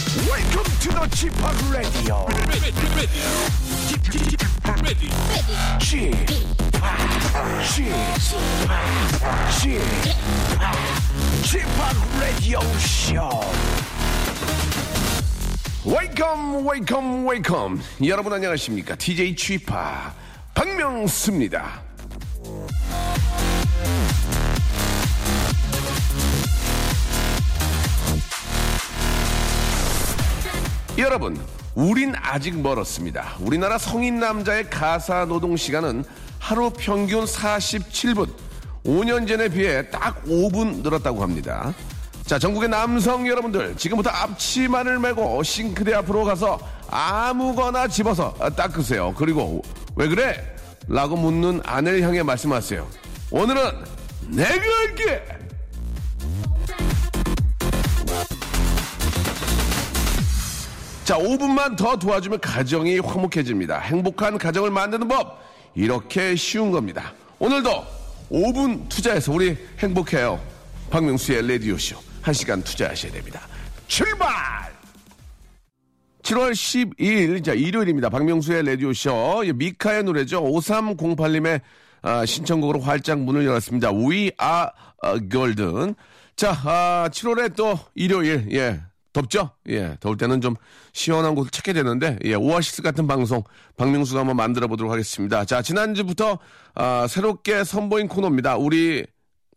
Welcome to the Chip Radio. Chip Chip Chip Radio Show. Welcome, welcome, welcome. 여러분 안녕하십니까? DJ 취파 박명수입니다. 여러분, 우린 아직 멀었습니다. 우리나라 성인 남자의 가사 노동 시간은 하루 평균 47분, 5년 전에 비해 딱 5분 늘었다고 합니다. 자, 전국의 남성 여러분들, 지금부터 앞치마를 메고 싱크대 앞으로 가서 아무거나 집어서 닦으세요. 그리고, 왜 그래? 라고 묻는 아내를 향해 말씀하세요. 오늘은 내가 할게! 자, 5분만 더 도와주면 가정이 화목해집니다. 행복한 가정을 만드는 법. 이렇게 쉬운 겁니다. 오늘도 5분 투자해서 우리 행복해요. 박명수의 레디오쇼. 1시간 투자하셔야 됩니다. 출발! 7월 12일, 자, 일요일입니다. 박명수의 라디오쇼. 예, 미카의 노래죠. 5308님의 아, 신청곡으로 활짝 문을 열었습니다. We are a golden. 자, 아, 7월에 또 일요일, 예. 덥죠? 예, 더울 때는 좀 시원한 곳을 찾게 되는데, 예, 오아시스 같은 방송, 박명수가 한번 만들어 보도록 하겠습니다. 자, 지난주부터, 아, 새롭게 선보인 코너입니다. 우리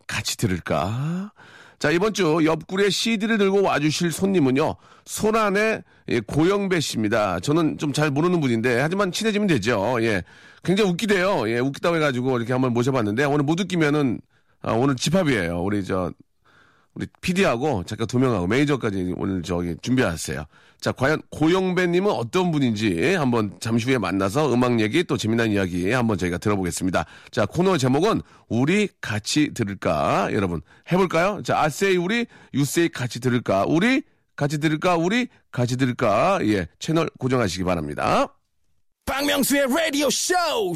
같이 들을까? 자, 이번 주 옆구리에 CD를 들고 와주실 손님은요, 소란의 예, 고영배 씨입니다. 저는 좀 잘 모르는 분인데, 하지만 친해지면 되죠. 예. 굉장히 웃기대요. 예, 웃기다고 해가지고 이렇게 한번 모셔봤는데, 오늘 못 웃기면은, 아, 오늘 집합이에요. 우리 저, 우리 PD하고 작가 두 명하고 매니저까지 오늘 저기 준비하세요. 자, 과연 고영배님은 어떤 분인지 한번 잠시 후에 만나서 음악 얘기 또 재미난 이야기 한번 저희가 들어보겠습니다. 자, 코너 제목은 우리 같이 들을까? 여러분, 해볼까요? 자, 아세이 우리, 유세이 같이 들을까? 우리 같이 들을까? 우리 같이 들을까? 예, 채널 고정하시기 바랍니다. 박명수의 라디오 쇼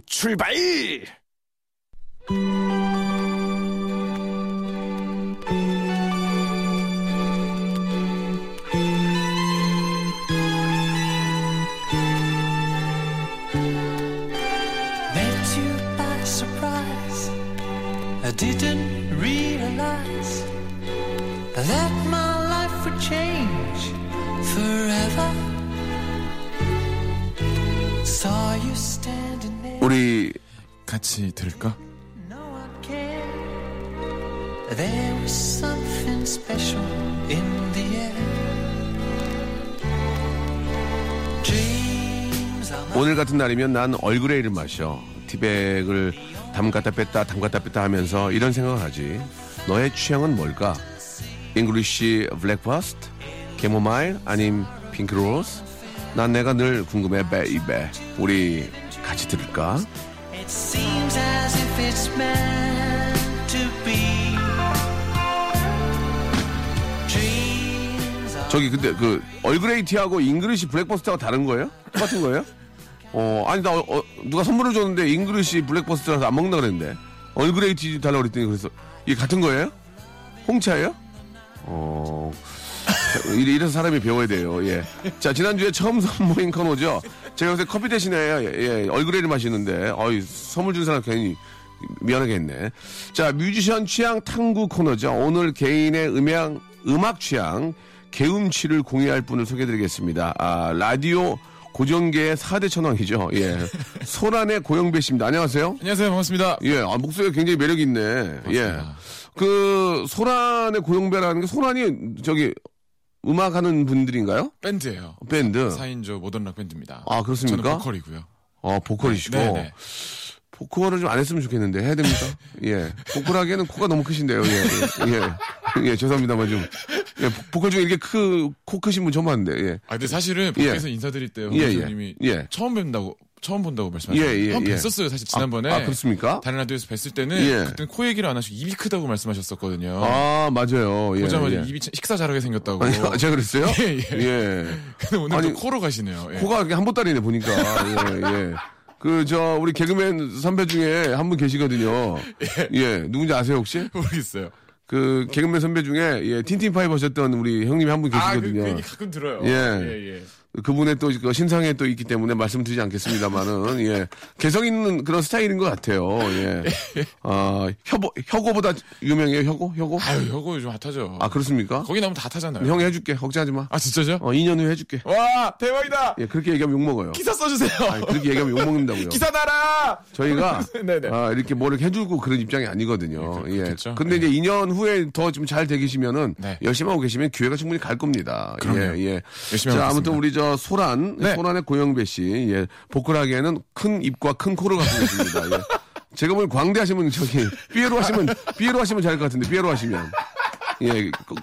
출발! Met you by surprise. I didn't realize that my life would change forever. Saw you standing there. 우리 같이 들을까? No one cared. There was something special in the air. Dreams are 오늘 같은 날이면 난 얼그레이를 마셔. 티백을 담갔다 뺐다 담갔다 뺐다 하면서 이런 생각을 하지. 너의 취향은 뭘까? 잉글리쉬 블랙퍼스트? 캐모마일? 아님 핑크로스? 난 내가 늘 궁금해 베이베. 우리 같이 들을까? It seems as if it's meant to be. Dreams are 저기 근데 그 얼그레이 티하고 잉글리쉬 블랙버스트하고 다른 거예요? 똑같은 거예요? 어 아니 나 어, 어, 누가 선물을 줬는데 잉글리쉬 블랙버스트라서 안 먹는다 그랬는데 얼그레이 티 달라고 그랬더니 그래서 이게 같은 거예요? 홍차예요? 어 자, 이래- 이래서 사람이 배워야 돼요. 예. 자 지난주에 처음 선보인 커노죠. 제가 요새 커피 대신에 예, 예, 얼그레이를 마시는데 어이 선물 준 사람 괜히 미안하게 했네. 자, 뮤지션 취향 탐구 코너죠. 오늘 개인의 음향, 음악 취향, 개음치를 공유할 분을 소개해드리겠습니다. 아, 라디오 고정계의 4대 천왕이죠. 예. 소란의 고영배 씨입니다. 안녕하세요. 안녕하세요, 반갑습니다. 예, 아, 목소리가 굉장히 매력이 있네. 예. 그, 소란의 고영배라는 게 소란이 저기 음악하는 분들인가요? 밴드예요. 밴드. 4인조 모던락 밴드입니다. 어. 아, 그렇습니까? 저는 보컬이고요. 어, 보컬이시고. 네, 네. 보컬을 좀 안 했으면 좋겠는데 해야 됩니까? 예. 보컬하기에는 코가 너무 크신데요. 예. 예. 예. 죄송합니다만 좀. 예, 보- 보컬 중에 이렇게 크, 코 크신 분 처음 봤는데. 예. 아, 근데 사실은 밖에서 인사드릴 때 예, 홍선님이 예. 예. 처음 뵌다고 처음 본다고 말씀하셨어요. 예, 예, 한번 예. 뵀었어요, 사실 지난번에. 아, 아, 그렇습니까? 다른 라디오에서 뵀을 때는 예. 그때 코 얘기를 안 하시고 입이 크다고 말씀하셨었거든요. 아, 맞아요. 예. 보자마자 예. 어. 입이 참- 식사 잘하게 생겼다고. 아니, 아, 제가 그랬어요? 예, 예. 근데 오늘 아니, 또 코로 가시네요. 예. 코가 이렇게 한 보따리네, 보니까. 예, 예. 그, 저, 우리 개그맨 선배 중에 한 분 계시거든요. 예. 누군지 아세요, 혹시? 모르겠어요. 그 개그맨 선배 중에 예, 틴틴 파이브 하셨던 우리 형님이 한 분 아, 그, 그 계시거든요. 얘기 가끔 들어요. 예. 예, 예. 그, 분의 또 그 신상에 또 있기 때문에 말씀드리지 않겠습니다만은 예 개성 있는 그런 스타일인 것 같아요. 예. 아 혀보 혀고보다 유명해요 혀고 혀고. 아유, 혀고 요즘 핫하죠. 아 그렇습니까? 거기 나오면 다 타잖아요. 형이 해줄게 걱정하지 마. 아, 진짜죠? 어 2년 후에 해줄게. 와, 대박이다! 예 그렇게 얘기하면 욕 먹어요. 기사 써주세요. 아니, 그렇게 얘기하면 욕 먹는다고요. 기사 달아! 저희가 네네. 아, 이렇게 뭐 이렇게 해주고 그런 입장이 아니거든요. 그- 예. 그렇겠죠. 근데 이제 2년 후에 더 좀 잘 되계시면은 네. 열심히 하고 계시면 기회가 충분히 갈 겁니다. 그럼요. 예, 예. 열심히 자, 하겠습니다. 아무튼 우리 저 소란, 네. 소란의 고영배 씨, 예. 보컬하기에는 큰 입과 큰 코를 갖고 계십니다. 예. 제가 보니 광대 하시면 저기 삐에로 하시면 삐에로 하시면 잘할 것 같은데 삐에로 하시면 예 그-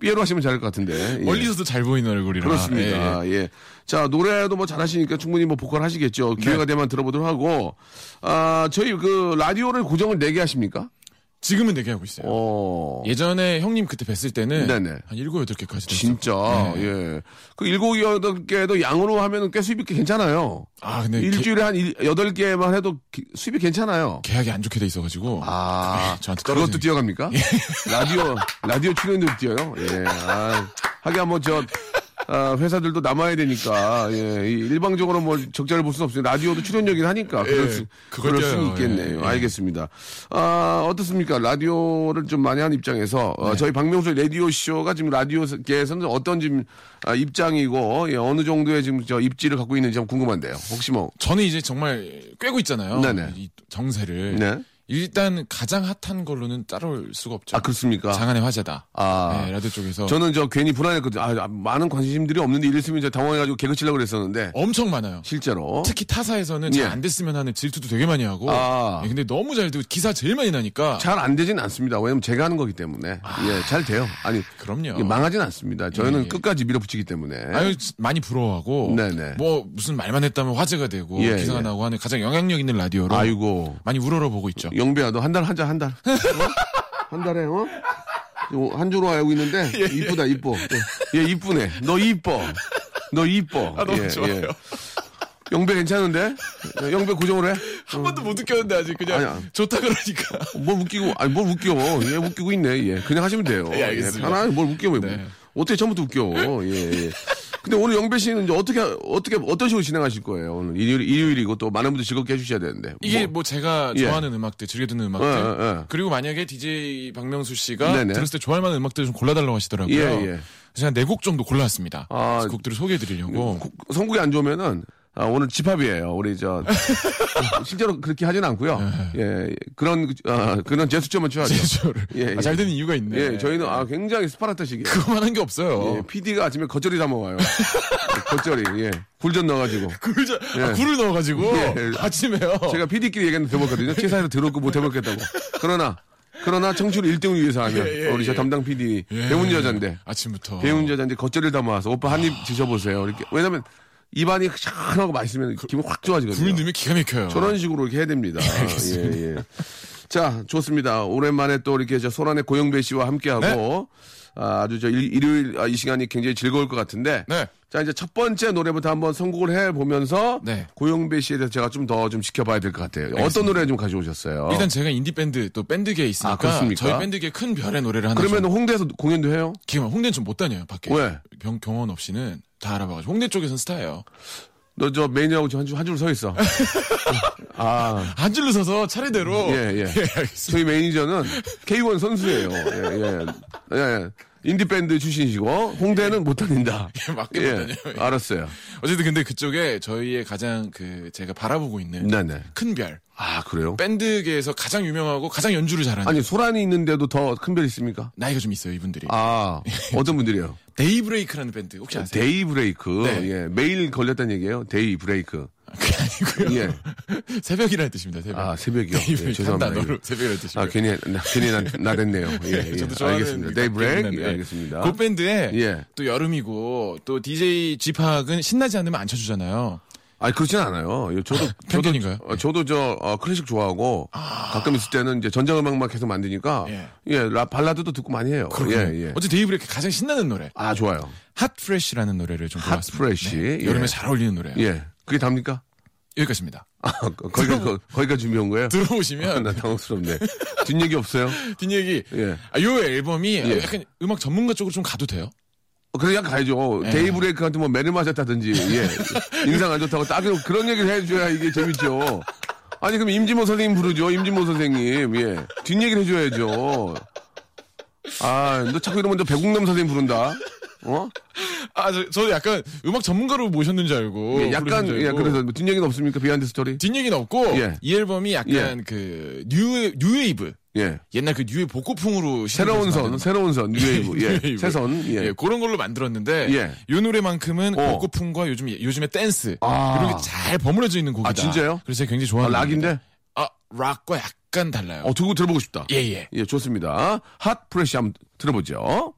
삐에로 하시면 잘할 것 같은데 예. 멀리서도 잘 보이는 얼굴이라. 그렇습니다. 예, 예. 예. 자, 노래도 뭐 잘하시니까 충분히 뭐 보컬 하시겠죠. 기회가 네. 되면 들어보도록 하고. 아, 저희 그 라디오를 고정을 4개 하십니까? 지금은 되게 하고 있어요. 어. 예전에 형님 그때 뵀을 때는 네네. 한 일곱 여덟 개까지 됐어요. 진짜, 네. 예. 그 일곱, 여덟 개도 양으로 하면 꽤 수입이 꽤 괜찮아요. 아, 근데 개, 일주일에 한 일- 여덟 개만 해도 기- 수입이 괜찮아요. 계약이 안 좋게 돼 있어가지고. 아, 예, 저한테 떨어지는 그것도 뛰어갑니까? 라디오, 라디오 출연도 뛰어요? 예. 아, 하긴 뭐 저, 아, 회사들도 남아야 되니까, 예. 이 일방적으로 뭐 적자를 볼 수는 없어요. 라디오도 출연료긴 하니까. 그럴 예, 수, 그걸 그럴 수는 뛰어요. 있겠네요. 예, 예. 알겠습니다. 아, 어떻습니까? 라디오를 좀 많이 하는 입장에서, 네. 어, 저희 박명수의 라디오쇼가 지금 라디오계에서는 어떤 지금, 아, 입장이고, 예, 어느 정도의 지금 저 입지를 갖고 있는지 좀 궁금한데요. 혹시 뭐, 저는 이제 정말 꿰고 있잖아요. 네네. 이 정세를. 네. 일단 가장 핫한 걸로는 따라올 수가 없죠. 아, 그렇습니까? 장안의 화제다. 아. 네, 라디오 쪽에서 저는 저 괜히 불안했거든요. 아, 아, 많은 관심들이 없는데 이랬으면 저 당황해가지고 개그 치려고 그랬었는데 엄청 많아요. 실제로 특히 타사에서는 예. 잘 안 됐으면 하는 질투도 되게 많이 하고. 아. 예, 근데 너무 잘 되고 기사 제일 많이 나니까. 잘 안 되진 않습니다. 왜냐면 제가 하는 거기 때문에 예, 잘 돼요. 아니 아, 그럼요. 이게 망하진 않습니다. 저희는 예. 끝까지 밀어붙이기 때문에 아유 지- 많이 부러워하고 네네. 뭐 무슨 말만 했다면 화제가 되고 예, 기사가 예. 나고 하는 가장 영향력 있는 라디오로 아이고 많이 우러러보고 있죠. 영배야 너 한 달 하자 한 달. 어? 한 달에 어? 요, 한 주로 알고 있는데 예. 이쁘다 이뻐. 예 이쁘네. 너 이뻐. 너 이뻐. 예, 아, 너무 좋아요. 영배 괜찮은데? 영배 고정으로 해? 한 번도 못 느꼈는데 아직 그냥 아니야. 좋다 그러니까. 뭘 웃기고, 아니, 뭘 웃겨. 예, 웃기고 있네. 예, 그냥 하시면 돼요. 예, 알겠습니다. 편안하게 뭘 웃겨. 뭐. 네. 어떻게 처음부터 웃겨. 예, 예. 근데 오늘 영배 씨는 이제 어떻게, 어떻게, 어떤 식으로 진행하실 거예요? 오늘 일요일, 일요일이고 또 많은 분들 즐겁게 해주셔야 되는데. 이게 뭐, 제가 예. 좋아하는 음악들, 즐겨 듣는 음악들. 예, 예, 예. 그리고 만약에 DJ 박명수 씨가 네네. 들었을 때 좋아할 만한 음악들을 좀 골라달라고 하시더라고요. 예, 예. 그래서 네곡 정도 골라왔습니다. 아. 음, 그래서 곡들을 소개해드리려고. 고- 성국이 뭐, 안 좋으면은, 아, 오늘 집합이에요. 우리 저, 실제로 그렇게 하진 않고요. 예, 예. 그런, 아, 그런 제스처만 취하죠. 네. 제조를. 예, 아, 예. 잘 되는 이유가 있네. 예, 저희는 아, 굉장히 스파르타식이에요. 그거만 한 게 없어요. 예, PD가 아침에 겉절이 담아와요. 겉절이, 예. 굴전 넣어가지고. 굴, 자, 예. 아, 굴을 넣어가지고 예. 아침에요. 제가 PD끼리 얘기했는데 들어봤거든요. 회사에서 들었고 못 해먹겠다고. 그러나, 그러나 청출 1등을 위해서 하면, 예, 예, 우리 저 예. 담당 PD, 배운 여잔데, 아침부터. 배운 여잔데 겉절이를 담아와서 오빠 한 입 드셔보세요. 이렇게. 왜냐면, 입안이 시원하고 맛있으면 기분 확 굴 좋아지거든요. 넣으면 기가 막혀요. 저런 식으로 이렇게 해야 됩니다. 네, 예, 예. 자, 좋습니다. 오랜만에 또 이렇게 저 소란의 고영배 씨와 함께하고, 네. 아, 주저 일, 요일 이 시간이 굉장히 즐거울 것 같은데, 네. 자, 이제 첫 번째 노래부터 한번 선곡을 해보면서, 네. 고영배 씨에 대해서 제가 좀 더 좀 지켜봐야 될 것 같아요. 어떤 노래 좀 가져오셨어요? 일단 제가 인디밴드 또 밴드계에 있으니까 아, 그렇습니까? 저희 밴드계 큰 별의 노래를 하나 그러면 좀 홍대에서 공연도 해요? 기가 막- 홍대는 좀 못 다녀요 밖에 왜? 병, 경원 없이는 다 알아봐가지고 홍대 쪽에선 스타예요 너 저 매니아하고 한 줄, 한 줄 서 있어. 아, 한 줄로 서서 차례대로 예, 예. 알겠습니다. 저희 매니저는 K1 선수예요. 예, 예. 예. 인디밴드 출신이시고, 홍대는 못 다닌다. 예, 맞게 못 다녀요. 예. 알았어요. 어쨌든 근데 그쪽에 저희의 가장 그 제가 바라보고 있는 네네. 큰 별 아, 그래요? 밴드계에서 가장 유명하고 가장 연주를 잘하는 아니, 소란이 있는데도 더 큰 별 있습니까? 나이가 좀 있어요 이분들이 아, 어떤 분들이요? 데이브레이크라는 밴드 혹시 아세요? 데이 브레이크. 네. 예, 매일 걸렸다는 얘기예요 데이 브레이크. 예. 그게 아니고요 새벽이라는 뜻입니다 새벽 아, 새벽이요? 예, 데이브레이크 죄송합니다. 한 단어로 새벽이라는 뜻이고요 아, 괜히, 나, 괜히 나, 나 됐네요. 예, 예. 저도 좋아하는 그 알겠습니다. 데이 브레이크. 밴드인데. 예, 알겠습니다. 그 밴드에 예. 또 여름이고 또 DJ 지팍은 신나지 않으면 안 쳐주잖아요. 아니, 그렇진 않아요. 예, 저도, 저도, 편견인가요? 어, 저도 저, 어, 클래식 좋아하고, 가끔 있을 때는 이제 전자음악만 계속 만드니까, 예, 예. 라- 발라드도 듣고 많이 해요. 예, 예. 어제 데이브레이크 가장 신나는 노래 아, 좋아요. 핫프레쉬라는 노래를 좀 골랐습니다. 핫프레쉬, 예. 여름에 잘 어울리는 노래예요. 예. 그게 답니까? 여기까지입니다. 거기까지, 거- 거기까지 준비한 거예요? 아, 들어오시면 나 당황스럽네. 뒷얘기 없어요? 뒷얘기. 예. 아, 요 앨범이 약간 음악 전문가 쪽으로 좀 가도 돼요? 어, 그래야 가야죠. 네. 데이브레이크한테 뭐 매를 맞았다든지, 예. 인상 안 좋다고 딱 그런- 그런 얘기를 해줘야 이게 재밌죠. 아니, 그럼 임진모 선생님 부르죠. 임진모 선생님. 예. 뒷얘기를 해줘야죠. 아, 너 자꾸 이러면 너 배국남 선생님 부른다. 어? 아, 저, 저 약간 음악 전문가로 모셨는 줄 알고. 예, 약간, 어, 부르신 줄 예, 알고. 그래서 뭐 뒷얘기는 없습니까? 비하인드 스토리? 뒷얘기는 없고, 예. 이 앨범이 약간 그, 뉴, 뉴웨이브. 예. 옛날 그 뉴웨이브 복고풍으로. 새로운 선, 만든 새로운 선, 뉴웨이브. 예. 뉴웨이브. 새선. 예. 예, 그런 걸로 만들었는데 예. 이 노래만큼은 어. 복고풍과 요즘 요즘의 댄스 아. 이런 게 잘 버무려져 있는 곡이다. 아, 진짜요? 그래서 제가 굉장히 아, 좋아하는 곡입니다. 락인데? 아, 락과 약간 달라요. 어, 두고 들어보고 싶다. 예, 예. 예, 좋습니다. 핫 프레쉬 한번 들어보죠.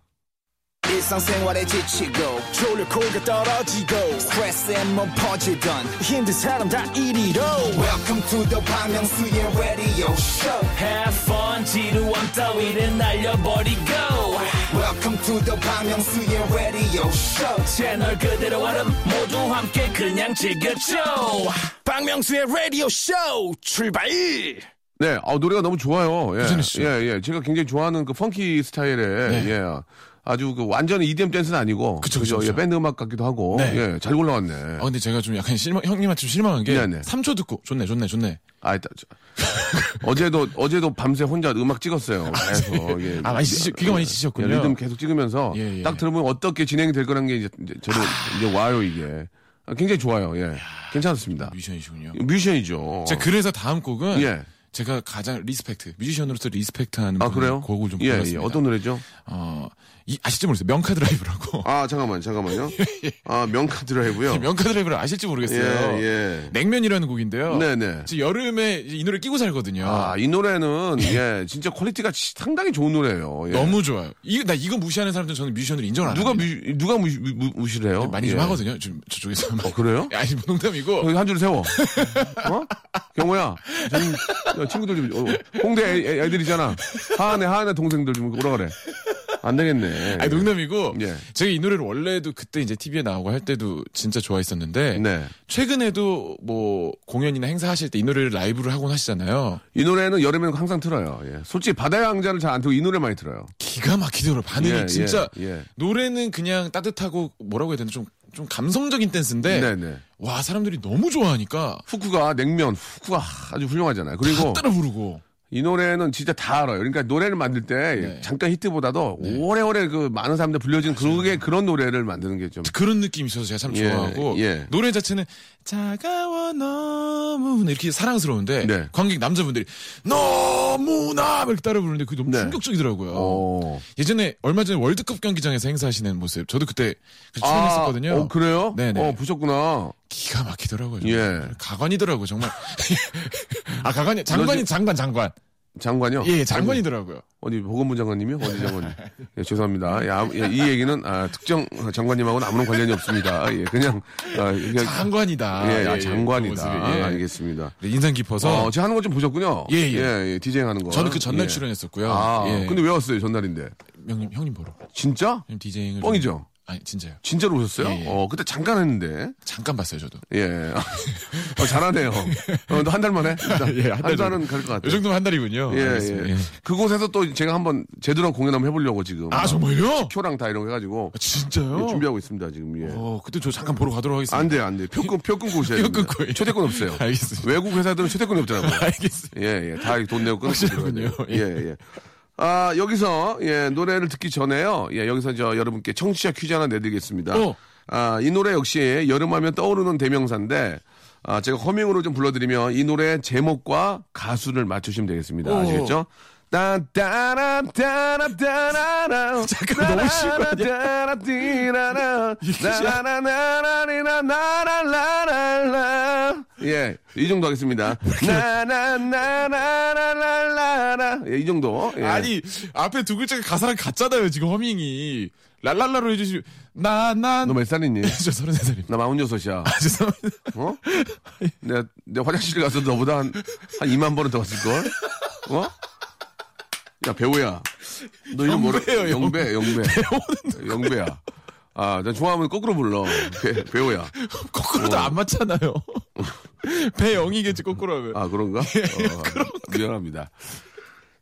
일상생활에 지치고, 졸려 코가 떨어지고 스트레스에 몸 퍼지던, 힘든 사람 다 이리로 welcome to the Bang Myung-soo's radio show. Have fun 지루함 따위를 날려버리고 welcome to the Bang Myung-soo's radio show. 채널 그대로 얼음 모두 함께 그냥 즐겨줘 박명수의 라디오 쇼 출발 네, 아, 노래가 너무 좋아요. 예, 유진우 씨. 네. 예, 예. 제가 굉장히 좋아하는 그 펑키 스타일의 예. 아주 그 완전 EDM 댄스는 아니고 그쵸, 그쵸, 예, 그쵸. 밴드 음악 같기도 하고 네. 예, 잘 골라왔네. 아 근데 제가 좀 약간 실망, 형님한테 좀 실망한 게 네, 네. 3초 듣고 좋네 좋네 좋네 아, 일단 저- 어제도 어제도 밤새 혼자 음악 찍었어요. 그래서 예. 아, 많이 지치- 귀가 많이 지치셨군요. 예, 리듬 계속 찍으면서 예, 아. 예. 딱 들으면 어떻게 진행이 될 거란 게 이제 이제 저도 이제 와요 이게. 아, 굉장히 좋아요. 예, 괜찮습니다. 뮤지션이시군요. 뮤지션이죠. 제가 그래서 다음 곡은 예. 제가 가장 리스펙트 뮤지션으로서 리스펙트하는 아 분의 그래요? 곡을 좀 예, 예. 골랐습니다. 어떤 노래죠? 어, 이, 아실지 모르겠어요. 명카 드라이브라고. 아 잠깐만 잠깐만요. 예, 아 명카 드라이브요. 명카 드라이브를 아실지 모르겠어요. 예, 예. 냉면이라는 곡인데요. 네네. 지금 여름에 이 노래 끼고 살거든요. 아, 이 노래는, 예, 진짜 퀄리티가 치- 상당히 좋은 노래예요. 예. 너무 좋아요. 이, 나 이거 무시하는 사람들은 저는 뮤지션을 인정을 안 누가 합니다. 무, 누가 무, 무, 무시를 해요? 많이 예. 좀 하거든요. 지금 저쪽에서 어, 그래요? 아니 뭐 농담이고 거기 한 줄 세워. 어? 경호야, 좀, 야, 친구들 좀, 어, 홍대 애, 애- 애들이잖아. 하한에, 하한에 동생들 좀 오라 그래. 안 되겠네. 아니 농담이고 예. 제가 이 노래를 원래도 그때 이제 TV에 나오고 할 때도 진짜 좋아했었는데 네. 최근에도 뭐 공연이나 행사하실 때 이 노래를 라이브를 하곤 하시잖아요. 이 노래는 여름에는 항상 틀어요. 예. 솔직히 바다의 왕자를 잘 안 틀고 이 노래 많이 틀어요. 기가 막히더라고요. 반응이 예, 진짜 예, 예. 노래 노래는 그냥 따뜻하고 뭐라고 해야 되나 좀, 좀 감성적인 댄스인데 네네. 와 사람들이 너무 좋아하니까 후쿠가 냉면, 후쿠가 아주 훌륭하잖아요. 다 그리고 따라 부르고 이 노래는 진짜 다 알아요. 그러니까 노래를 만들 때 네. 잠깐 히트보다도 오래오래 그 많은 사람들 불려진 그게 그런 노래를 만드는 게 좀. 그런 느낌이 있어서 제가 참 예, 좋아하고 예. 노래 자체는 차가워 너무 네, 이렇게 사랑스러운데 네. 관객 남자분들이 너무나 이렇게 따라 부르는데 그게 너무 네. 충격적이더라고요. 어. 예전에 얼마 전에 월드컵 경기장에서 행사하시는 모습 저도 그때 그 출연했었거든요. 아, 어, 그래요? 네네. 어, 보셨구나. 기가 막히더라고요. 예. 정말. 가관이더라고요 정말. 아 가관이 장관이 너 장관 장관. 장관이요? 예 장관이더라고요. 어디 보건부 장관님이요? 어디 장관님? 예, 죄송합니다. 예, 아무- 예, 이 얘기는 아, 특정 장관님하고는 아무런 관련이 없습니다. 예, 그냥 아, 그냥- 장관이다. 예, 아, 예, 그 장관이다. 모습이, 예. 알겠습니다. 네, 인상 깊어서 어, 제가 하는 거 좀 보셨군요. 예, 예. 디제잉 하는 거. 저는 그 전날 예. 출연했었고요. 아, 예. 근데 왜 왔어요, 전날인데? 형님 형님 보러. 진짜? 형님 디제잉을 좀- 뻥이죠? 아니 진짜요. 진짜로 오셨어요? 예, 예. 어, 그때 잠깐 했는데. 잠깐 봤어요 저도. 예. 어, 잘하네요. 어, 너 한 달만 해? 예, 한 한 달 달은 갈 것 같아요. 이 정도면 한 달이군요. 예, 알겠습니다. 예. 그곳에서 또 제가 한번 제대로 공연 한번 해보려고 지금. 아 정말요? 표랑 다 이런 거 해가지고. 아, 진짜요? 예, 준비하고 있습니다, 지금. 예. 어 그때 저 잠깐 보러 가도록 하겠습니다. 안 돼요, 안 돼요. 표, 끊, 표 끊고 오셔야 표 돼요. 끊고, 예. 초대권 없어요. 알겠습니다. 외국 회사들은 초대권이 없더라고요. 알겠습니다. 예, 예. 다 돈 내고 끊고. 확실하군요. 들어가야 돼요. 예, 예. 아, 여기서, 예, 노래를 듣기 전에요. 예, 여기서 저 여러분께 청취자 퀴즈 하나 내드리겠습니다. 어. 아, 이 노래 역시 여름하면 떠오르는 대명사인데, 아, 제가 허밍으로 좀 불러드리면 이 노래 제목과 가수를 맞추시면 되겠습니다. 아시겠죠? 따따라 따라 따라라 잠깐 너무 쉬운 거 아니야? 따라 띠라라 나나나나나나나나나라 예, 이 정도 하겠습니다. 나나나나나나나라 예, 이 정도. 예. 아니 앞에 두 글자가 가사랑 같잖아요 지금 허밍이 랄랄라로 해주시 고 나나 너 몇 살이니? 저 서른 세 살입니다. 나 46이야. 아, 죄송합니다. 어? 내가, 내가 화장실 가서 너보다 한, 한 2만 번은 더 갔을걸? 어? 야, 배우야. 너 이름 뭐라? 영배예요, 영배, 영배. 영배야. 아, 난 좋아하면 거꾸로 불러. 배, 배우야. 거꾸로도 안 맞잖아요. 배영이겠지 거꾸로 하면. 아, 그런가? 예, 어, 미안합니다.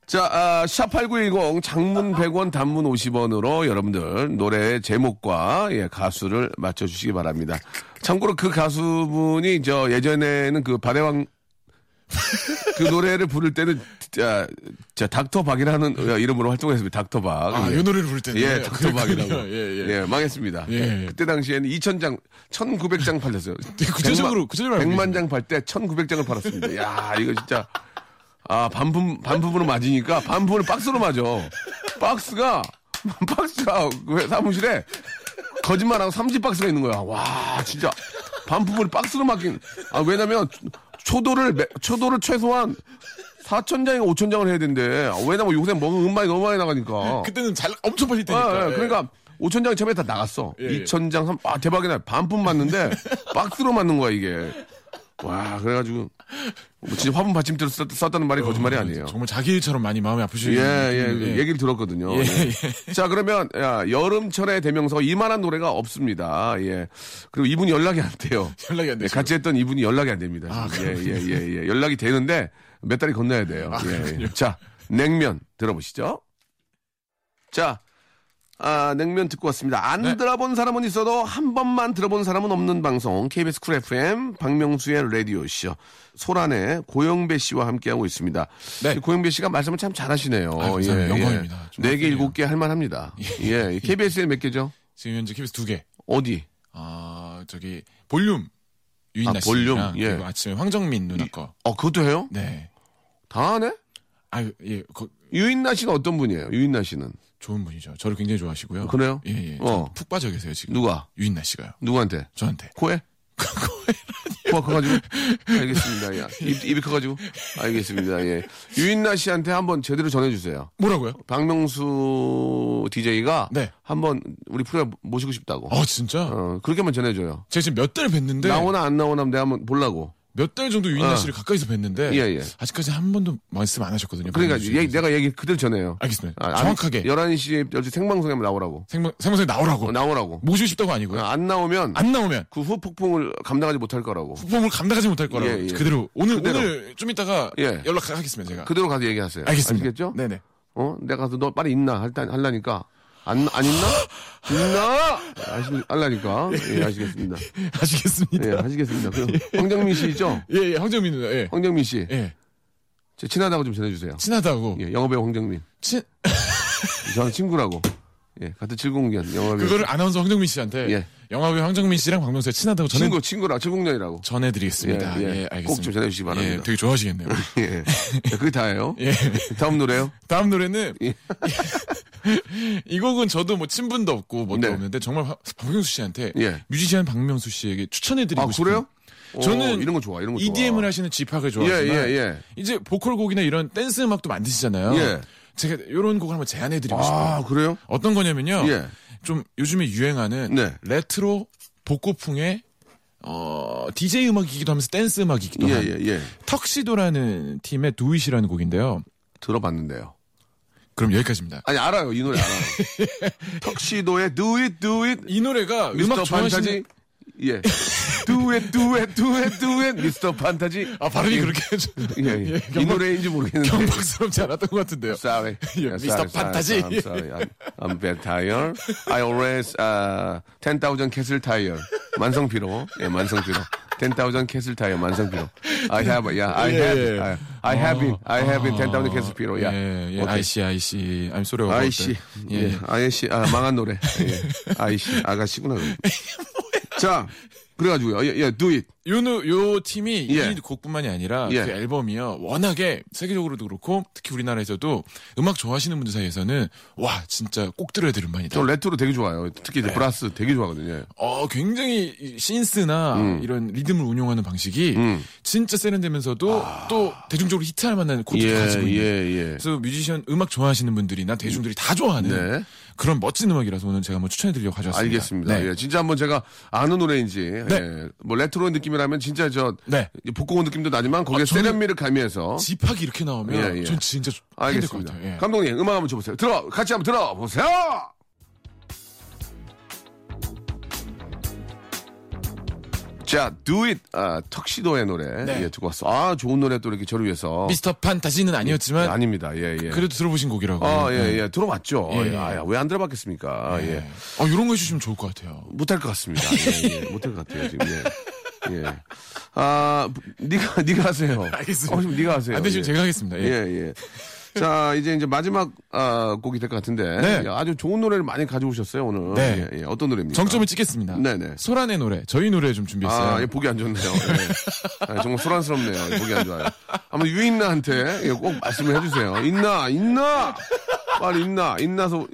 자, 아, 샵8910 장문 100원 단문 50원으로 여러분들 노래의 제목과 예, 가수를 맞춰주시기 바랍니다. 참고로 그 가수분이 저 예전에는 그 바대왕 그 노래를 부를 때는 자, 자 닥터 박이라는 이름으로 활동했습니다. 닥터 박. 아, 이 노래를 부를 때는. 예, 닥터 박이라고. 그렇군요. 예, 예. 망했습니다. 예, 예. 그때 당시에는 2,000장, 1,900장 팔렸어요. 네, 구체적으로, 구체적으로 알고 100만 장 팔 때 1,900장을 팔았습니다. 야, 이거 진짜 아, 반품 반품으로 맞으니까 반품을 박스로 맞아. 박스가 박스가 왜 사무실에 거짓말하고 30박스가 있는 거야. 와, 진짜 반품을 박스로 맞긴. 아, 왜냐면 초도를 매- 초도를 최소한 4,000장인가 5,000장을 해야 되는데 아, 왜냐면 요새 먹은 음반이 너무 많이 나가니까. 그때는 잘 엄청 팔릴 어. 아, 때니까. 예, 그러니까 5,000장 처음에 다 나갔어. 예, 예. 2,000장, 삼- 아, 대박이다. 반품 맞는데 박스로 맞는 거야, 이게. 와, 그래가지고. 뭐 진짜 화분 받침대로 썼, 썼다는 말이 거짓말이 아니에요. 어, 정말 자기 일처럼 많이 마음이 아프시는. 예, 예, 얘기를 들었거든요. 예, 예. 자, 그러면, 야, 여름철의 대명사가 이만한 노래가 없습니다. 예. 그리고 이분이 연락이 안 돼요. 연락이 안 돼요, 예, 같이 했던 이분이 연락이 안 됩니다. 예, 그렇군요. 아, 예, 예, 예. 연락이 되는데 몇 달이 건너야 돼요. 예, 예. 자, 냉면 들어보시죠. 자, 아, 냉면 듣고 왔습니다. 네. 안 들어본 사람은 있어도 한 번만 들어본 사람은 음. 없는 방송 KBS 쿨 FM 박명수의 라디오 쇼 소란의 고영배 씨와 함께하고 있습니다. 네. 고영배 씨가 말씀을 참 잘하시네요. 예, 아유, 감사합니다. 영광입니다. 좀 네개 아프네요. 일곱 개 할만합니다. 예, KBS에 몇 개죠? 지금 현재 KBS 두 개. 어디? 아, 저기, 볼륨. 유인나 아, 씨. 볼륨, 예. 그리고 아침에 황정민 누나 거. 어, 그것도 해요? 네. 다 하네? 아, 예. 거, 유인나 씨는 어떤 분이에요? 유인나 씨는 좋은 분이죠. 저를 굉장히 좋아하시고요. 그래요? 예, 예. 어. 푹 빠져 계세요, 지금. 누가? 유인나 씨가요. 누구한테? 저한테. 코에? 코가 커가지고 알겠습니다. 야. 입, 입이 커가지고 알겠습니다. 예. 유인나 씨한테 한번 제대로 전해주세요. 뭐라고요? 박명수 DJ가 네. 한번 우리 프로에 모시고 싶다고. 아, 진짜? 어, 그렇게만 전해줘요. 제가 지금 몇 달 뵀는데. 나오나 안 나오나 내가 한번 보려고. 몇 달 정도 유인나 어. 씨를 가까이서 뵀는데 예, 예. 아직까지 한 번도 말씀 안 하셨거든요. 그러니까 방금 얘- 주시면서. 내가 아, 얘기 그대로 전해요. 알겠습니다. 정확하게 11시에 열시 생방송에 한번 나오라고. 생방 생방송에 나오라고 어, 나오라고. 모시고 싶다고 뭐? 아니고요. 안 나오면 안 나오면 그 후폭풍을 감당하지 못할 거라고. 부품을 감당하지 못할 거라고 예, 예. 그대로 오늘 그대로. 오늘 좀 이따가 예. 연락하겠습니다 제가. 그대로 가서 얘기하세요. 알겠습니다. 아시겠죠? 네네. 어? 내가 가서 너 빨리 있나 할, 할라니까. 안, 안 있나? 있나? 아시, 할라니까. 예, 아시겠습니다. 아시겠습니다. 예, 하시겠습니다. 그럼 황정민 씨죠? 예, 예, 황정민 누나, 예. 황정민 씨. 예. 제 친하다고 좀 전해주세요. 친하다고. 예, 영업의 황정민. 친, 저는 친구라고. 예, 같은 7공년 영업의 그거를 아나운서 황정민 씨한테 예. 영화배 황정민 씨랑 박명수가 친하다고 전해, 친구 친구라 7공년이라고. 예, 전해드리겠습니다. 예, 예. 알겠습니다. 꼭좀 전해주시기 바랍니다. 예, 되게 좋아하시겠네요. 예, 자, 그게 다예요. 예. 예. 다음 노래요. 다음 노래는 이 곡은 저도 뭐 친분도 없고 뭐도 네. 없는데 정말 화- 박명수 씨한테 예. 뮤지션 박명수 씨에게 추천해드리고 아 그래요? 싶은 저는 오, 이런 거 좋아. 이런 거 좋아. EDM을 하시는 집학을 좋아하지만 예, 예, 예. 이제 보컬 곡이나 이런 댄스 음악도 만드시잖아요. 예. 제가 이런 곡을 한번 제안해드리고 아 싶어요. 그래요? 어떤 거냐면요. 예. 좀 요즘에 유행하는 네. 레트로 복고풍의 어, DJ 음악이기도 하면서 댄스 음악이기도 예, 한 예, 예. 턱시도라는 팀의 두잇이라는 곡인데요. 들어봤는데요. 그럼 여기까지입니다. 아니 알아요. 이 노래 알아요. 턱시도의 Do It, Do It, 이 노래가 미스터 음악 판타지. 좋아하시는 예. Do It, Do It, Do It, Do It, 미스터 판타지. 아 발음이 그렇게 해줘. 예, 예. 이 경박, 노래인지 모르겠는데. 경박스럽지 예, 않았던 것 같은데요. Sorry. Yeah, sorry, Mr. Fantasy. Sorry, I'm sorry. I'm, I'm very tired. I always uh, 10,000 캐슬 타이어. 만성 피로. 예, 만성 피로. 10,000 캐슬 타이어 만성 피로. I have it. Yeah, I 예, have it. 예. I, I have it. I have it. 아, 10,000 캐슬 피로. Yeah. 예, 예. Okay. 아이씨, 아이씨. I'm sorry. about 아이씨. that. 예. 아이씨. 아, 망한 노래. 예. 아이씨. 아가씨구나. 그럼. 자, 그래가지고요. 예, 예, do it. 요, 노- 요 팀이 예. 이 곡뿐만이 아니라 예. 그 앨범이요. 워낙에 세계적으로도 그렇고 특히 우리나라에서도 음악 좋아하시는 분들 사이에서는 와, 진짜 꼭 들어야 될 음반이다. 저 레트로 되게 좋아요. 특히 이제 네. 브라스 되게 좋아하거든요. 예. 어, 굉장히 이 신스나 음. 이런 리듬을 운용하는 방식이 진짜 세련되면서도 또 대중적으로 히트할 만한 곡을 가지고 있는 아. 예. 그래서 뮤지션 음악 좋아하시는 분들이나 대중들이 다 좋아하는 네. 그런 멋진 음악이라서 오늘 제가 한번 추천해드리려고 가져왔습니다. 알겠습니다. 네. 예, 진짜 한번 제가 아는 노래인지 네. 예, 뭐 레트로 느낌이라면 진짜 저 네. 복고온 느낌도 나지만 거기에 아, 저는- 세련미를 가미해서 집학이 이렇게 나오면 예, 예. 전 진짜 힘들 것 알겠습니다. 같아요. 예. 감독님 음악 한번 줘보세요. 들어 같이 한번 들어보세요. 자, Do It, 아, 턱시도의 노래. 네. 예, 듣고 왔어. 아, 좋은 노래 또 이렇게 저를 위해서. 미스터 판 다시는 아니었지만 아닙니다. 예, 예. 그래도 들어보신 곡이라고. 아, 예, 예. 들어봤죠. 예, 예, 예. 아, 야, 왜 안 들어봤겠습니까? 아, 예. 어, 이런 거 해주시면 좋을 것 같아요. 못할 것 같습니다. 예, 예. 못할 것 같아요, 지금. 예. 예. 아, 니가, 니가 하세요. 알겠습니다. 어, 지금 니가 하세요. 안 되시면 예. 제가 하겠습니다. 예. 예, 예. 자, 이제 이제 마지막 아, 곡이 될 것 같은데. 네. 예, 아주 좋은 노래를 많이 가져오셨어요, 오늘. 네. 예, 예. 어떤 노래입니까? 정점을 찍겠습니다. 네네. 소란의 노래, 저희 노래 좀 준비했어요. 아, 예, 보기 안 좋네요. 예. 아, 정말 소란스럽네요. 예, 보기 안 좋아요. 한번 유인나한테 예, 꼭 말씀을 해주세요. 있나, 있나! 빨리 있나, 있나서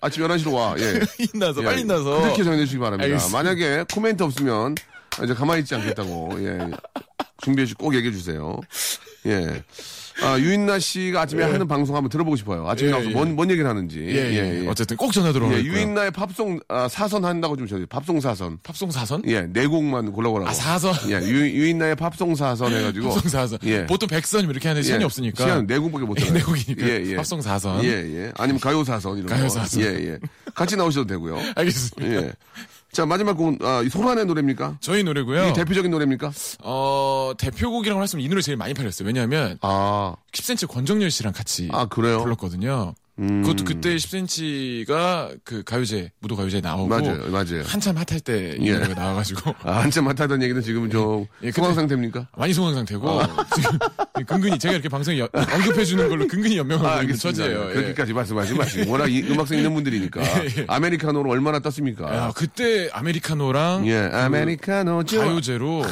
아침 11시로 와. 예. 인나서 예, 빨리 나서. 그렇게 정해주시기 바랍니다. 알겠습니다. 만약에 코멘트 없으면 이제 가만히 있지 않겠다고. 예. 준비해 주, 꼭 얘기해 주세요. 예. 아, 유인나 씨가 아침에 하는 방송 한번 들어보고 싶어요. 아침에 예, 나와서 예. 뭔, 뭔 얘기를 하는지. 예, 예, 예. 어쨌든 꼭 전화 들어오고. 예, 유인나의 팝송 아, 사선 한다고 좀 저기 팝송 사선. 팝송 사선? 예, 네 곡만 골라보라고. 아, 사선? 예, 유, 유인나의 팝송 사선 해가지고. 팝송 사선. 예. 보통 백선 이렇게 하는데 시간이 예, 없으니까. 시간 네 곡밖에 못 예, 해요. 네 곡이니까. 팝송 사선. 예, 예. 아니면 가요 사선 이런 가요 거. 사선. 예, 예. 같이 나오셔도 되고요. 알겠습니다. 예. 자, 마지막 곡은 아, 이 소란의 노래입니까? 저희 노래고요. 이게 대표적인 노래입니까? 어, 대표곡이라고 할 수 있는 이 노래 제일 많이 팔렸어요. 왜냐하면 아, 10cm 권정열 씨랑 같이 아, 그래요? 음. 불렀거든요. 그것도 그때 10cm가 그 가요제 무도 가요제 에 나오고 맞아요, 맞아요. 한참 핫할 때 이 예. 노래가 나와가지고 아, 한참 핫하다는 얘기는 지금 좀 예, 근데- 소강 상태입니까? 많이 소강 상태고 아. 지금 근근히 제가 이렇게 방송에 여- 언급해주는 걸로 근근히 연명하고 아, 있는 알겠습니다. 처지예요. 예. 그렇게까지 말씀하지 마시고 워낙 이 음악성 있는 분들이니까 아메리카노로 얼마나 떴습니까? 야, 그 그때 아메리카노랑 예, 아메리카노 죠 가요제로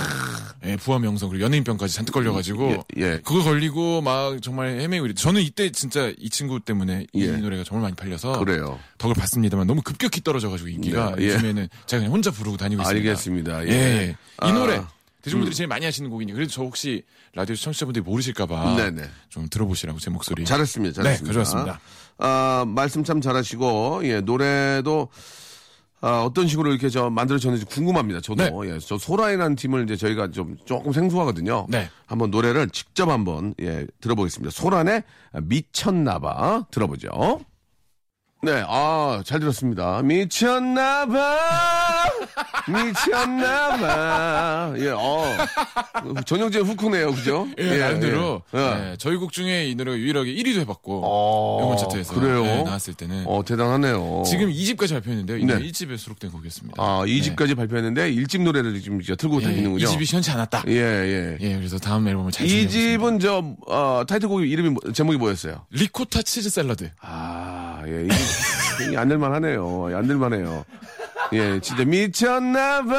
예, 부하 명성 그리고 연예인병까지 잔뜩 걸려가지고 예, 예. 그거 걸리고 막 정말 헤매고 이래. 저는 이때 진짜 이 친구 때문에 이 예. 노래가 정말 많이 팔려서 그래요. 덕을 봤습니다만 너무 급격히 떨어져가지고 인기가 네, 예. 요즘에는 제가 그냥 혼자 부르고 다니고 있습니다. 알겠습니다. 예. 예, 예. 아, 음. 이 노래 대중분들이 제일 많이 아시는 곡이니 그래도 저 혹시 라디오 청취자분들이 모르실까봐 네네. 좀 들어보시라고 제 목소리. 잘했습니다. 네, 잘했습니다. 가져왔습니다. 아, 말씀 참 잘하시고, 예, 노래도, 아, 어떤 식으로 이렇게 저 만들어졌는지 궁금합니다. 네. 저도. 예, 저 소라이라는 팀을 이제 저희가 좀 조금 생소하거든요. 네. 한번 노래를 직접 한번, 예, 들어보겠습니다. 소란의 미쳤나봐. 들어보죠. 네, 아, 잘 들었습니다. 미쳤나봐. 미쳤나봐. 예, 어. 전형적인 후크네요, 그죠? 예, 나름대로 예, 예. 예, 저희 곡 중에 이 노래가 유일하게 1위도 해봤고 어, 영원 차트에서 그래요? 예, 나왔을 때는 어, 대단하네요. 지금 2집까지 발표했는데요. 이게 네. 1집에 수록된 곡이었습니다. 아, 2집까지 발표했는데 1집 노래를 지금 이제 틀고 예, 있는군요. 2집이 현치 않았다. 예, 예. 예, 그래서 다음 앨범을 잘 이 준비하겠습니다. 집은 저 어, 타이틀곡 이름이 뭐- 제목이 뭐였어요? 리코타 치즈 샐러드. 아, 예. 이, 안 될만하네요. 안 될만해요. 예, 진짜 미쳤나봐,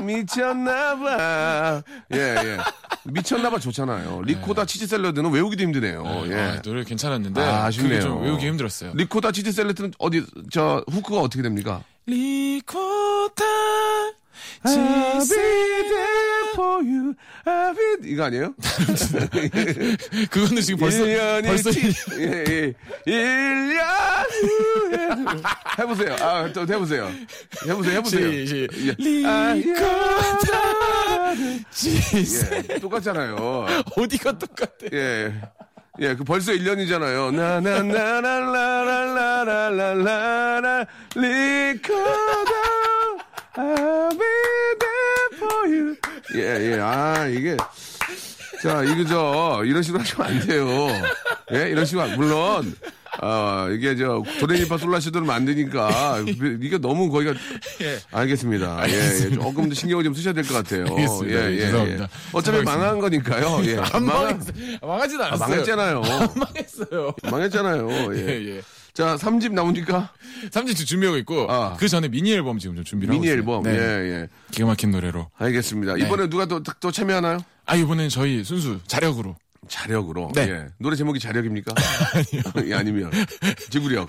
미쳤나봐. 예, 예. 미쳤나봐 좋잖아요. 리코다 치즈 샐러드는 외우기도 힘드네요. 아, 예. 노래 괜찮았는데 아, 그게 아쉽네요. 좀 외우기 힘들었어요. 리코다 치즈 샐러드는 어디 저 후크가 어떻게 됩니까? 리코타 치즈 이거 아니에요? 네. 그거는 지금 벌써 1년이 벌써 예, 예. 1년 후에 해보세요. 아, 또 해보세요. 해보세요. 해보세요. 시- 시- 예. 아, 리코타 치즈 예. 똑같잖아요. 어디가 똑같아. 예. 예, 그 벌써 1년이잖아요. 나나나나라라라라라라라 리코더 I'll be there for you. 예, 예. 아, 이게 자, 이거 저 이런 식으로 하시면 안 돼요. 예, 이런 식으로 안- 물론 아, 이게 저 도레미파 솔라시도는 안 되니까 이게 너무 거기가 알겠습니다. 예, 예. 조금 더 신경을 좀 쓰셔야 될 것 같아요. 예. 알겠습니다. 예, 죄송합니다. 어차피 참고하겠습니다. 망한 거니까요. 예. 안 망했어요. 망하진 않았어요. 망했잖아요. 망했어요. 망했잖아요. 예. 예, 예. 자, 3집 나오니까 3집 준비하고 있고 아. 그 전에 미니 앨범 지금 좀 준비를 미니 하고 있어요. 앨범. 네. 예, 예. 기가 막힌 노래로. 알겠습니다. 이번에 누가 또, 또 참여하나요? 아 이번엔 저희 순수 자력으로 자력으로. 네. 예. 노래 제목이 자력입니까? 아니요. 예, 아니면 지구력.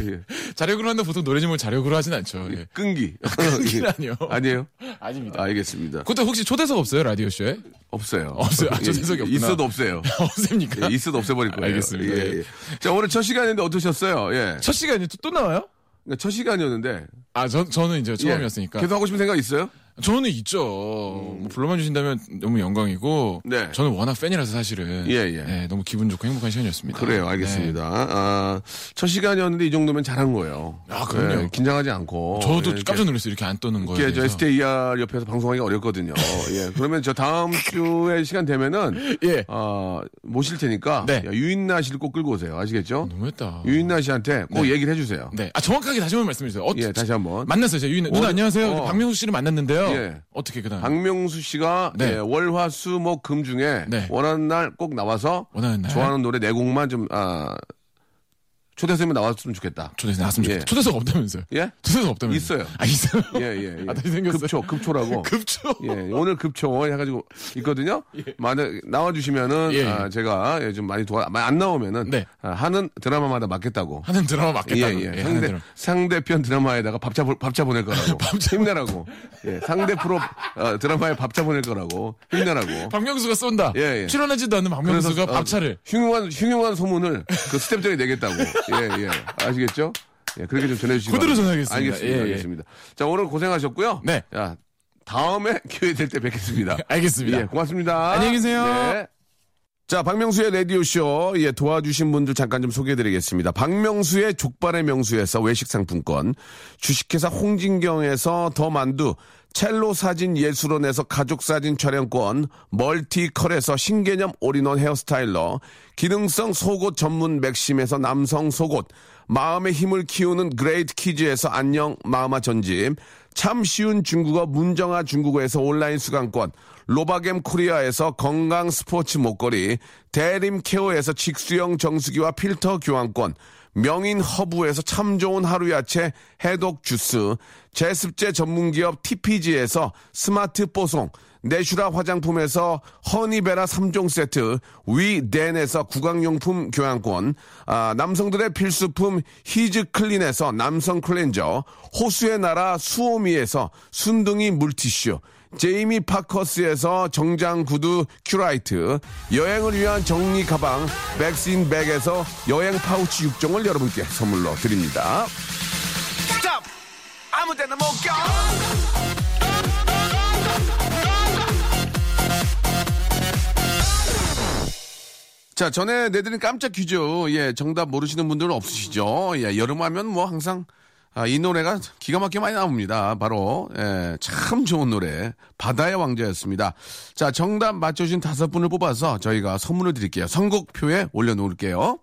예. 자력으로 하는데 보통 노래 제목을 자력으로 하진 않죠. 예. 끈기. 끈기라뇨. 예. 아니에요? 아닙니다. 알겠습니다. 그때 혹시 초대석 없어요 라디오 쇼에? 없어요. 없어요. 아, 저 예, 재석이 없구나. 있어도 없어요. 없습니까? 예, 있어도 없애버릴 거예요. 알겠습니다. 예, 예. 자, 오늘 첫 시간인데 어떠셨어요? 예. 첫 시간에 또, 또 나와요? 그러니까 첫 시간이었는데. 아, 저, 저는 이제 예. 처음이었으니까. 계속 하고 싶은 생각 있어요? 저는 있죠. 뭐 불러만 주신다면 너무 영광이고 네. 저는 워낙 팬이라서 사실은 예, 예. 네, 너무 기분 좋고 행복한 시간이었습니다. 그래요, 알겠습니다. 아, 첫 시간이었는데 이 정도면 잘한 거예요. 아, 그럼요. 긴장하지 않고. 네. 저도 예, 이렇게 깜짝 놀랐어요. 이렇게 안 떠는 거예요. 이렇게 저 STER 옆에서 방송하기 어렵거든요. 예. 그러면 저 다음 주에 시간 되면은 예. 아, 모실 테니까 네. 야, 유인나 씨를 꼭 끌고 오세요. 아시겠죠? 너무했다. 유인나 씨한테 꼭 네. 얘기를 해 주세요. 네. 아 정확하게 다시 한번 말씀해 주세요. 어, 예, 다시 한번. 만났어요. 제가 유인 누나 어, 안녕하세요. 어. 박명수 씨를 만났는데요. 예. 어떻게 그다음? 박명수 씨가 네. 예, 월, 화, 수, 목, 금 중에 네. 원하는 날 꼭 나와서 원하는 날. 좋아하는 노래 네 곡만 좀 아, 초대선면 나왔으면 좋겠다. 초대석 나왔으면 좋겠다. 예. 초대석 없다면서요? 예? 초대석 없다면서요? 있어요. 아 있어요? 예, 예, 예. 아 다시 생겼어요. 그 급초, 급초라고. 급초. 예, 오늘 급초 해가지고 있거든요. 만약 나와주시면은 예. 아, 제가 예, 좀 많이 도와, 많이 안 나오면은 네. 아, 하는 드라마마다 맡겠다고. 하는 드라마 맞겠다. 예, 예. 하는 상대, 드라마. 상대편 드라마에다가 밥차, 보- 밥차 보낼 거라고. 밥차 힘내라고. 예, 상대 프로 어, 드라마에 밥차 보낼 거라고. 힘내라고. 박명수가 쏜다. 예, 예. 출연하지도 않는 박명수가 어, 밥차를. 흉흉한, 흉흉한 소문을 그 스텝들이 내겠다고. 예, 예. 아시겠죠? 예, 그렇게 좀 전해주시고. 그대로 전하겠습니다. 알겠습니다. 예, 예. 알겠습니다. 자, 오늘 고생하셨고요. 네. 자, 다음에 기회 될 때 뵙겠습니다. 알겠습니다. 예, 고맙습니다. 안녕히 계세요. 네. 자, 박명수의 라디오쇼, 예, 도와주신 분들 잠깐 좀 소개해드리겠습니다. 박명수의 족발의 명수에서 외식상품권, 주식회사 홍진경에서 더 만두, 첼로 사진 예술원에서 가족사진 촬영권, 멀티컬에서 신개념 올인원 헤어스타일러, 기능성 속옷 전문 맥심에서 남성 속옷, 마음의 힘을 키우는 그레이트 키즈에서 안녕 마마 전집, 참 쉬운 중국어 문정아 중국어에서 온라인 수강권, 로바겜 코리아에서 건강 스포츠 목걸이, 대림 케어에서 직수형 정수기와 필터 교환권, 명인 허브에서 참 좋은 하루 야채 해독 주스, 제습제 전문기업 TPG에서 스마트 뽀송, 내슈라 화장품에서 허니베라 3종 세트, 위덴에서 구강용품 교환권, 아, 남성들의 필수품 히즈클린에서 남성 클렌저, 호수의 나라 수오미에서 순둥이 물티슈, 제이미 파커스에서 정장 구두 큐라이트, 여행을 위한 정리 가방 백스인 백에서 여행 파우치 6종을 여러분께 선물로 드립니다. 자, 전에 내드린 깜짝 퀴즈. 예, 정답 모르시는 분들은 없으시죠? 예, 여름하면 뭐 항상 아, 이 노래가 기가 막히게 많이 나옵니다. 바로 예, 참 좋은 노래 바다의 왕자였습니다. 자, 정답 맞춰주신 다섯 분을 뽑아서 저희가 선물을 드릴게요. 선곡표에 올려놓을게요.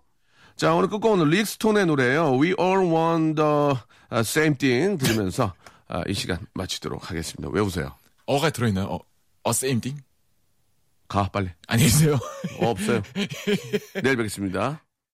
자, 오늘 끝곡은 릭스톤의 노래예요. We all want the 아, same thing 들으면서 아, 이 시간 마치도록 하겠습니다. 외우세요. 어가 들어있나요? 어, 어 same thing? 가, 빨리. 안녕히 계세요. 어, 없어요. 내일 뵙겠습니다.